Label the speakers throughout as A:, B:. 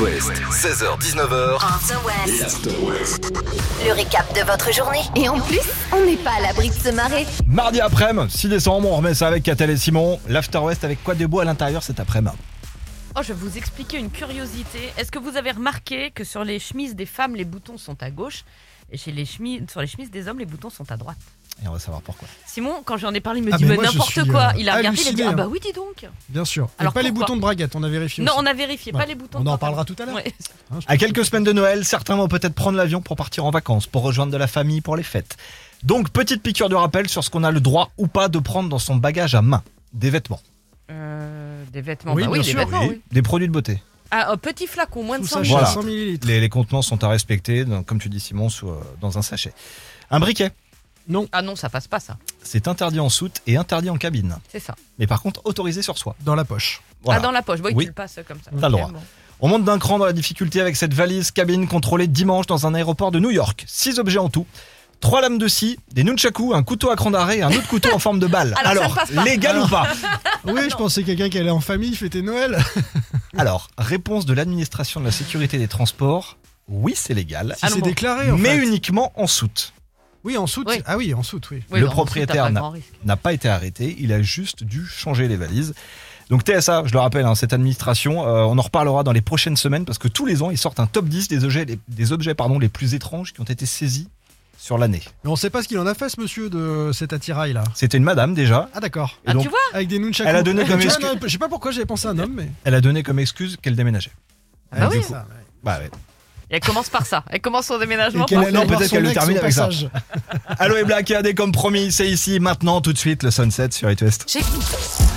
A: West, 16h-19h,
B: After West,
A: l'After West.
B: le récap de votre journée. Et en plus, on n'est pas à l'abri de se marrer.
C: Mardi après-midi, 6 décembre, on remet ça avec Catel et Simon. L'After West avec quoi de beau à l'intérieur cet après-midi
D: Oh, je vais vous expliquer une curiosité. Est-ce que vous avez remarqué que sur les chemises des femmes, les boutons sont à gauche et chez les chemises, sur les chemises des hommes, les boutons sont à droite
C: Et on va savoir pourquoi.
D: Simon, quand j'en ai parlé, il me
E: Ah,
D: dit
E: mais
D: mais
E: moi, je
D: n'importe
E: suis,
D: quoi.
E: euh,
D: Il a regardé, il a dit
E: halluciné,
D: Ah
E: hein.
D: bah oui, dis donc.
E: Bien sûr.
D: Alors
E: et pas les
D: pourquoi
E: boutons de braguette, on a vérifié.
D: Non,
E: aussi.
D: on a vérifié,
E: Ouais.
D: pas les boutons.
E: bah, On en
D: quand
E: parlera
D: même.
E: tout à l'heure. hein,
D: Ouais.
C: À quelques semaines de Noël, certains vont peut-être prendre l'avion pour partir en vacances, pour rejoindre de la famille pour les fêtes. Donc, petite piqûre de rappel sur ce qu'on a le droit ou pas de prendre dans son bagage à main. Des vêtements,
D: Euh, des vêtements,
E: Oui,
D: bah oui,
E: bien
D: des
E: sûr,
D: vêtements,
E: oui.
D: oui.
C: des produits de beauté.
D: Ah, un petit flacon, moins de
E: Tout
D: 100
E: ça,
C: Voilà.
E: voilà. 100 millilitres.
C: Les, les contenants sont à respecter, dans- comme tu dis Simon, sous, euh, dans un sachet. Un briquet,
D: Ah non, ça passe pas, ça.
C: c'est interdit en soute et interdit en cabine.
D: C'est ça.
C: Mais par contre, autorisé sur soi.
E: Dans la poche.
C: Voilà.
D: Ah, dans la poche. Oui,
C: Oui.
D: tu le passes comme ça.
C: T'as le
D: Ok,
C: droit.
D: bon.
C: On monte d'un cran dans la difficulté avec cette valise cabine contrôlée dimanche dans un aéroport de New York. Six objets en tout. Trois lames de scie, des nunchaku, un couteau à cran d'arrêt et un autre couteau en forme de balle.
D: Alors, ça ne passe pas.
C: légal ou pas
D: Ah
E: Oui, je pensais quelqu'un qui allait en famille fêter Noël.
C: Alors, réponse de l'administration de la sécurité des transports. Oui, c'est légal,
E: Si
D: Ah non,
E: c'est
D: bon.
E: déclaré, en
C: mais
E: fait.
C: uniquement en soute.
E: Oui, en soute.
D: Oui.
E: Ah oui, en soute, oui.
D: Oui,
C: Le
D: bah, ensuite,
C: propriétaire
D: t'as pas
C: n'a-
D: grand risque.
C: N'a pas été arrêté, il a juste dû changer les valises. Donc TSA, je le rappelle, hein, cette administration, euh, on en reparlera dans les prochaines semaines parce que tous les ans, ils sortent un top 10 des objets, les- des objets pardon, les plus étranges qui ont été saisis sur l'année.
E: Mais on sait pas ce qu'il en a fait, ce monsieur, de cet attirail là.
C: C'était une madame déjà.
E: Ah d'accord.
C: Et
D: Ah,
C: donc,
D: tu vois
E: Avec des nunchakus.
C: Elle a donné
E: Tu
C: comme
E: vois,
C: excuse-
E: non, Je sais pas pourquoi j'avais pensé à un homme, mais.
C: elle a donné comme excuse qu'elle déménageait.
D: Ah bah
E: Ouais,
D: oui.
E: c'est ça, ouais.
C: Bah ouais.
D: Et Elle commence par ça. Elle commence son déménagement.
E: Et qu'elle
D: par-
C: non,
E: allait voir
C: peut-être
E: son
C: qu'elle le
E: ex
C: termine
E: au
C: avec ça.
E: passage.
C: Allô et Black AD comme promis, c'est ici, maintenant, tout de suite, le sunset sur It West.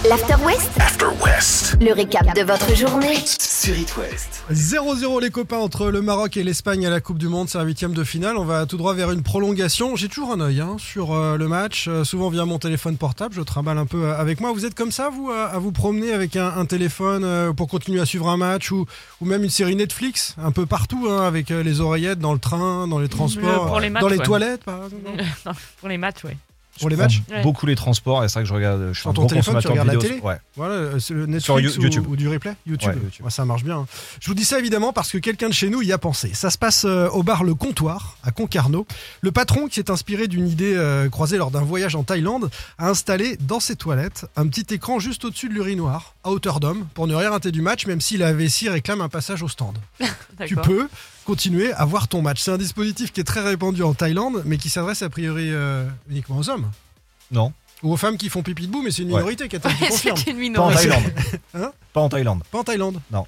B: L'After West,
A: After West,
B: le récap de votre journée.
A: sur It West.
E: 0-0 les copains entre le Maroc et l'Espagne à la Coupe du Monde, c'est un huitième de finale, on va tout droit vers une prolongation. J'ai toujours un œil hein, sur euh, le match, Euh, souvent via mon téléphone portable, je trimballe un peu euh, avec moi. Vous êtes comme ça, vous, euh, à vous promener avec un, un téléphone euh, pour continuer à suivre un match ou, ou même une série Netflix, un peu partout, hein, avec euh, les oreillettes, dans le train, dans les transports,
D: Euh, pour les
E: dans
D: matchs,
E: les
D: ouais.
E: toilettes par exemple. non
D: Non, pour les matchs, oui.
E: Pour les matchs
D: Ouais.
C: Beaucoup les transports, et c'est vrai que je regarde, je suis
E: Sur
C: un
E: ton
C: gros
E: téléphone, tu
C: consommateur
E: regardes la
C: vidéo.
E: télé
C: ouais.
E: Voilà, euh, c'est le Netflix
C: Sur You-
E: ou-
C: YouTube.
E: Ou, du replay YouTube.
C: Ouais, YouTube.
E: Ouais, ça marche bien. hein. Je vous dis ça évidemment parce que quelqu'un de chez nous y a pensé. Ça se passe euh, au bar Le Comptoir à Concarneau. Le patron qui s'est inspiré d'une idée euh, croisée lors d'un voyage en Thaïlande a installé dans ses toilettes un petit écran juste au-dessus de l'urinoir, à hauteur d'homme, pour ne rien rater du match, même si la vessie réclame un passage au stand tu
D: D'accord.
E: peux continuer à voir ton match. C'est un dispositif qui est très répandu en Thaïlande, mais qui s'adresse a priori euh, uniquement aux hommes.
C: Non.
E: Ou aux femmes qui font pipi debout, mais c'est une
C: Ouais.
E: minorité qui attend, qui confirme.
D: C'est une
C: Pas en
D: minorité.
C: Thaïlande.
E: Hein
C: Pas en Thaïlande.
E: Pas en Thaïlande.
C: Non,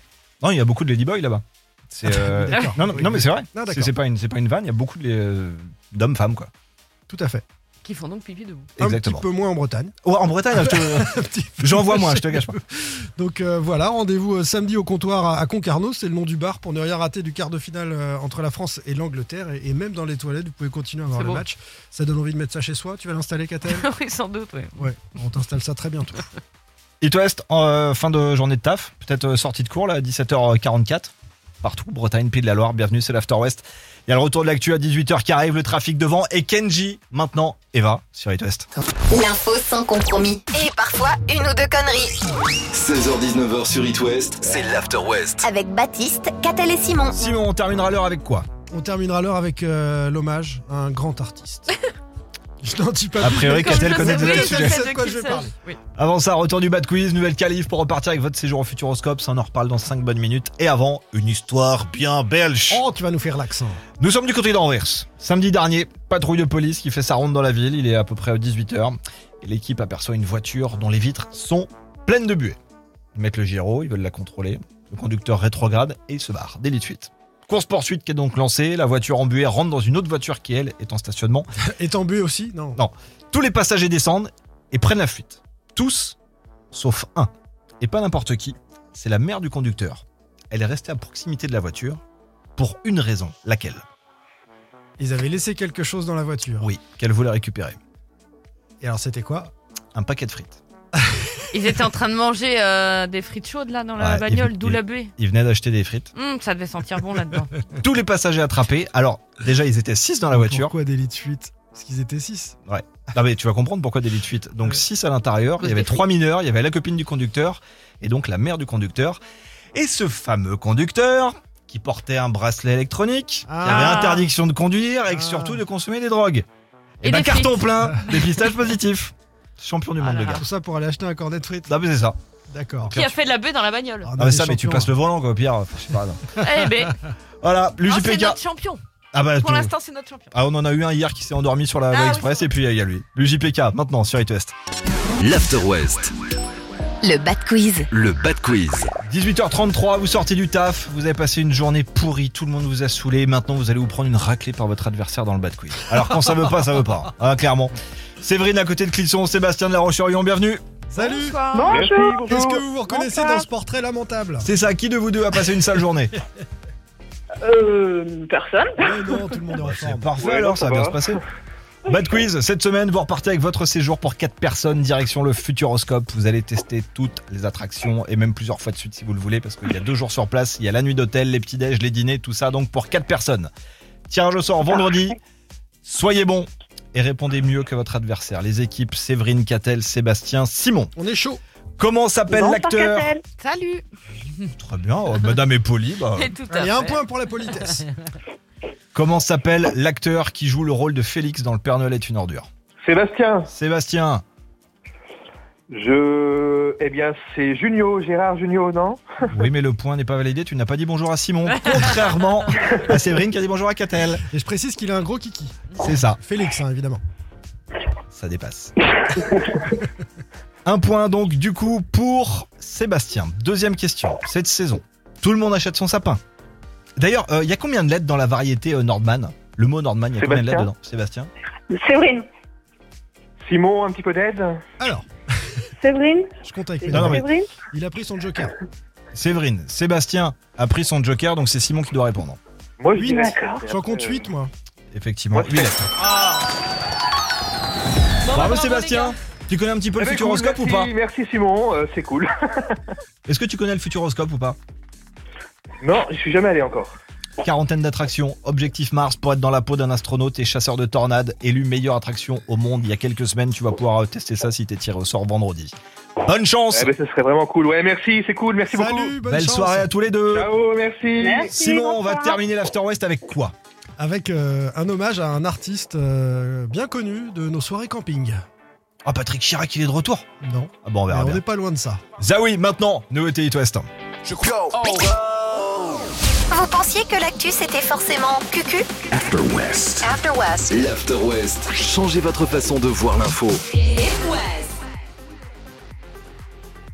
C: il y a beaucoup de ladyboys là-bas. C'est, euh,
E: D'accord.
C: non, non,
E: Oui.
C: non, mais c'est vrai.
E: Ah, d'accord.
C: C'est, c'est pas une, c'est pas une vanne, il y a beaucoup de, euh, d'hommes, femmes, quoi.
E: Tout à fait.
D: Qui font donc pipi debout.
C: Exactement.
E: Un petit peu moins en Bretagne. hein,
C: Ouais, en Bretagne, je te-
E: Un petit peu.
C: j'en vois moins, je te cache pas.
E: Donc euh, voilà, rendez-vous euh, samedi au comptoir à, à Concarneau, c'est le nom du bar, pour ne rien rater du quart de finale euh, entre la France et l'Angleterre. Et, et même dans les toilettes, vous pouvez continuer à voir
D: C'est
E: le
D: beau.
E: match. Ça donne envie de mettre ça chez soi. Tu vas l'installer, Katel
D: Ah oui, sans doute, oui.
E: Ouais, on t'installe ça très bientôt.
C: It West, euh, fin de journée de taf, peut-être euh, sortie de cours là, 17h44. Partout, Bretagne, Pays de la Loire, bienvenue, c'est l'After West. Il y a le retour de l'actu à 18h qui arrive, le trafic devant et Kenji, maintenant Eva sur It West.
B: L'info sans compromis. Et parfois, une ou deux conneries.
A: 16h-19h sur It West, c'est l'After West.
B: Avec Baptiste, Catel et Simon.
C: Simon, on terminera l'heure avec quoi
E: On terminera l'heure avec euh, l'hommage à un grand artiste. je n'en dis pas
C: A
E: plus.
C: priori,
D: Comme
C: Catel
D: je
C: connaît
D: sais,
C: déjà
D: oui,
C: le
D: je
C: sujet.
D: sais
E: C'est de quoi
D: qui
E: je vais
D: c'est.
E: parler.
D: Oui.
C: Avant ça, retour du bad quiz, nouvelle calife pour repartir avec votre séjour au Futuroscope. Ça, on en reparle dans 5 bonnes minutes. Et avant, une histoire bien belge.
E: Oh, tu vas nous faire l'accent.
C: Nous sommes du côté d'Anvers. Samedi dernier, patrouille de police qui fait sa ronde dans la ville. Il est à peu près 18h. Et l'équipe aperçoit une voiture dont les vitres sont pleines de buée. Ils mettent le gyro, ils veulent la contrôler. Le conducteur rétrograde et il se barre. Délit de fuite. Course-poursuite qui est donc lancée. La voiture en buée rentre dans une autre voiture qui, elle, est en stationnement.
E: Et tambué aussi Non.
C: Tous les passagers descendent et prennent la fuite. Tous, sauf un. Et pas n'importe qui, c'est la mère du conducteur. Elle est restée à proximité de la voiture pour une raison. Laquelle
E: Ils avaient laissé quelque chose dans la voiture.
C: Oui, qu'elle voulait récupérer.
E: Et alors, c'était quoi
C: Un paquet de frites.
D: Ils étaient en train de manger euh, des frites chaudes là dans la
C: Ouais,
D: bagnole,
C: et-
D: d'où
C: et-
D: la buée.
C: Il venait d'acheter des frites.
D: Hum, ça devait sentir bon là-dedans.
C: Tous les passagers attrapés. Alors, déjà, ils étaient 6 dans la voiture.
E: Pourquoi des lits de fuite Parce qu'ils étaient 6.
C: Non, mais tu vas comprendre pourquoi délit de fuite. Donc,
E: Ouais.
C: 6 à l'intérieur. Il y avait trois mineurs. Il y avait la copine du conducteur et donc la mère du conducteur. Et ce fameux conducteur, qui portait un bracelet électronique, qui
E: Ah.
C: avait interdiction de conduire et que
E: Ah.
C: surtout de consommer des drogues. Et,
D: Et
C: ben,
D: des
C: carton
D: frites.
C: plein, dépistage positif. Champion du
D: Ah
C: monde,
D: là
C: le
D: là.
C: gars.
E: Tout ça pour aller acheter un cornet de frites.
C: Non, mais c'est ça.
E: D'accord.
D: Qui a fait de la baie dans la bagnole
E: Ah, on
C: Ah,
E: est
C: mais
E: Ah, des
C: ça, mais tu
E: champions.
C: passes le volant, quoi, au pire. Je sais pas, non.
D: Eh ben,
C: Voilà,
D: oh, c'est
C: l'UJPK.
D: notre champion.
C: Ah, bah,
D: Pour
C: tout.
D: l'instant, c'est notre champion.
C: Ah, on en a eu un hier qui s'est endormi sur la
D: Ah,
C: voie
D: oui,
C: express,
D: c'est
C: et puis il y a lui. L'UJPK, maintenant, sur It West.
A: l'After West,
B: Le Bad Quiz.
A: le bad quiz.
C: 18h33, vous sortez du taf, vous avez passé une journée pourrie, tout le monde vous a saoulé, maintenant vous allez vous prendre une raclée par votre adversaire dans le bad quiz. Alors quand ça veut pas, ça veut pas, hein, clairement. Séverine à côté de Clisson, Sébastien de la Roche-Orion, bienvenue.
E: Salut
D: Bonsoir.
E: Qu'est-ce que vous vous reconnaissez dans ce portrait lamentable
C: C'est ça, qui de vous deux a passé une sale journée
F: Euh, personne.
E: Ouais, Non, tout le monde est en
C: C'est
E: forme.
C: parfait
G: Ouais,
C: alors,
G: non,
C: ça va
G: ça
C: bien
G: va.
C: se passer. Bad quiz, cette semaine, vous repartez avec votre séjour pour 4 personnes, direction le Futuroscope. Vous allez tester toutes les attractions et même plusieurs fois de suite si vous le voulez, parce qu'il y a deux jours sur place, il y a la nuit d'hôtel, les petits-déj, les dîners, tout ça, donc pour 4 personnes. Tirage au sort vendredi. Soyez bons et répondez mieux que votre adversaire. Les équipes Séverine, Catel, Sébastien, Simon.
E: On est chaud.
C: Comment s'appelle
F: Bonsoir,
C: l'acteur
F: Catel.
D: Salut.
C: Très bien, oh, madame est polie. bah.
D: Et tout à
E: Il y a un
D: fait.
E: point pour la politesse.
C: Comment s'appelle l'acteur qui joue le rôle de Félix dans Le Père Noël est une ordure
G: Sébastien,
C: Sébastien
G: je. Eh bien, c'est Junio, Gérard Junio, non
C: Oui, mais le point n'est pas validé. Tu n'as pas dit bonjour à Simon, contrairement à Séverine qui a dit bonjour à Catel.
E: Et je précise qu'il a un gros kiki.
C: C'est ça,
E: Félix, hein, évidemment.
C: ça dépasse. Un point donc du coup pour Sébastien. Deuxième question, cette saison, tout le monde achète son sapin. D'ailleurs, euh, il y a combien de lettres dans la variété euh, Nordman Le mot Nordman, il y a combien de lettres
G: Sébastien
C: dedans Sébastien
F: Séverine.
G: Simon, un petit peu d'aide
E: Alors,
F: Séverine.
E: je compte avec
F: C'est
E: mes
C: Non, non,
E: doigts.
C: mais-
F: Séverine.
E: Il a pris son joker.
C: Séverine, Sébastien a pris son joker, donc c'est Simon qui doit répondre.
G: Moi, je
E: Oui,
G: dirais-
F: d'accord.
E: J'en compte
G: Euh,
E: 8, moi.
C: Effectivement,
G: Ouais.
C: huit lettres.
D: Bon, bah,
C: Bravo
D: les
C: Sébastien
D: gars.
C: Tu connais un petit peu le
G: eh ben,
C: futuroscope
G: cool,
C: ou pas
G: merci- Merci Simon, euh, c'est cool.
C: Est-ce que tu connais le futuroscope ou pas
G: Non, je suis jamais allé encore.
C: Quarantaine d'attractions, objectif Mars pour être dans la peau d'un astronaute et chasseur de tornades, élu meilleure attraction au monde il y a quelques semaines. Tu vas pouvoir euh, tester ça si t'es tiré au sort vendredi. Bonne chance
G: Eh ben, ce serait vraiment cool. Ouais, merci, c'est cool, merci beaucoup.
E: Salut, bonne
C: Belle
E: chance.
C: soirée à tous les deux
G: Ciao, merci.
F: Merci,
C: Simon, on va
F: bonsoir.
C: terminer l'After West avec quoi
E: Avec euh, un hommage à un artiste euh, bien connu de nos soirées camping.
C: Ah, Patrick Chirac, il est de retour
E: Non,
C: Ah bon, on
E: mais
C: verra
E: on
C: bien.
E: n'est pas loin de ça.
C: Zawi, maintenant, nouveauté It West. hein.
B: Vous pensiez que l'actu c'était forcément cucu
A: After West,
B: After West.
A: l'After West. Changez votre façon de voir l'info.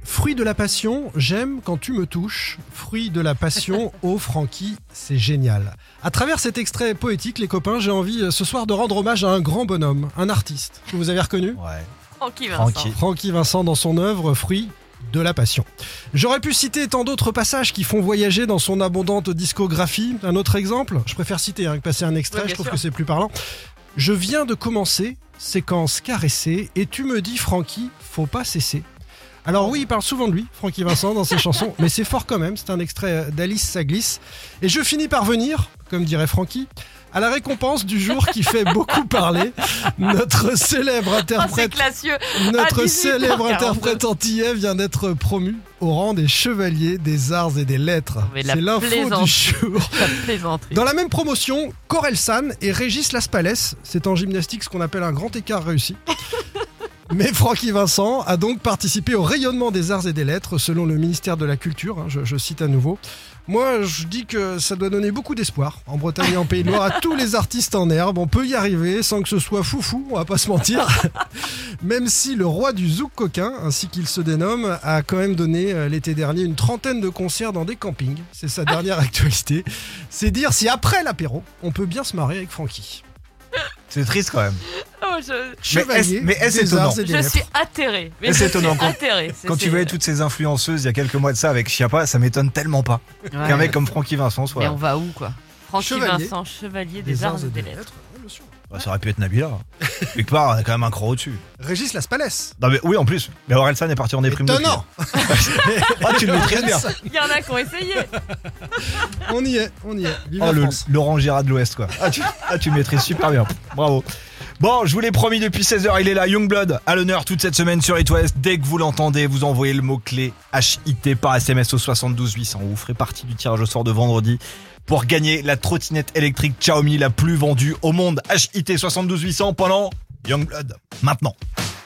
E: Fruit de la passion, j'aime quand tu me touches. Fruit de la passion, oh Francky, c'est génial. À travers cet extrait poétique, les copains, j'ai envie euh, ce soir de rendre hommage à un grand bonhomme, un artiste que vous avez reconnu.
C: Ouais.
D: Francky Vincent.
C: Francky.
E: Francky Vincent dans son œuvre Fruit de la passion. J'aurais pu citer tant d'autres passages qui font voyager dans son abondante discographie. Un autre exemple, je préfère citer hein, que passer un extrait,
D: Oui, bien
E: je trouve
D: sûr.
E: que c'est plus parlant. Je viens de commencer, séquence caressée, et tu me dis, Francky, faut pas cesser. Alors oui, il parle souvent de lui, Francky Vincent, dans ses chansons, mais c'est fort quand même, c'est un extrait euh, d'Alice ça glisse. Et je finis par venir, comme dirait Francky, à la récompense du jour qui fait beaucoup parler, notre célèbre
D: Oh, c'est
E: interprète
D: classieux.
E: notre
D: À 18h42.
E: célèbre interprète antillais vient d'être promu au rang des chevaliers des arts et des lettres.
D: Mais la
E: C'est l'info du
D: plaisanterie.
C: Oh.
E: jour.
D: La plaisanterie.
E: Dans la même promotion, Corel San et Régis Laspalès, c'est en gymnastique ce qu'on appelle un grand écart réussi. Mais Francky Vincent a donc participé au rayonnement des arts et des lettres selon le ministère de la Culture, hein, je, je cite à nouveau. Moi, je dis que ça doit donner beaucoup d'espoir en Bretagne et en Pays de Loire à tous les artistes en herbe. On peut y arriver sans que ce soit foufou, on va pas se mentir. Même si le roi du zouk coquin, ainsi qu'il se dénomme, a quand même donné euh, l'été dernier une trentaine de concerts dans des campings. C'est sa dernière actualité. C'est dire si après l'apéro, on peut bien se marrer avec Francky.
C: C'est triste quand même.
D: Oh, je...
E: Chevalier
C: mais est-ce
E: des
C: étonnant
E: arts et des
D: je
E: lettres.
D: suis atterré. Mais
C: Et
D: je
C: c'est
D: suis
C: étonnant quand-
D: atterré. C'est-
C: Quand tu
D: c'est-
C: voyais toutes ces influenceuses il y a quelques mois de ça avec Chiappa, ça m'étonne tellement pas
D: Ouais.
C: qu'un mec comme Francky Vincent soit.
D: Mais on va où, quoi Francky
E: Chevalier.
D: Vincent, chevalier des arts et des lettres.
E: ouais, bien sûr.
C: Bah, ça aurait pu être Nabila. Quelque part, on a quand même un cran au-dessus.
E: Régis Laspalès.
C: Non, mais oui, en plus. Mais Orelsan est parti en déprime. depuis.
E: Étonnant
C: Ah, tu le maîtrises bien.
D: Il y en a qui ont essayé.
E: On y est, on y est. Vive
C: Oh,
E: la
C: le
E: France.
C: Laurent Gérard de l'Ouest, quoi. Ah tu, ah, tu maîtrises super bien. Bravo. Bon, je vous l'ai promis depuis 16h, il est là, Youngblood, à l'honneur toute cette semaine sur It West. Dès que vous l'entendez, vous envoyez le mot-clé HIT par SMS au 72 800. Vous ferez partie du tirage au sort de vendredi pour gagner la trottinette électrique Xiaomi la plus vendue au monde. HIT 72 800 pendant Youngblood. Maintenant.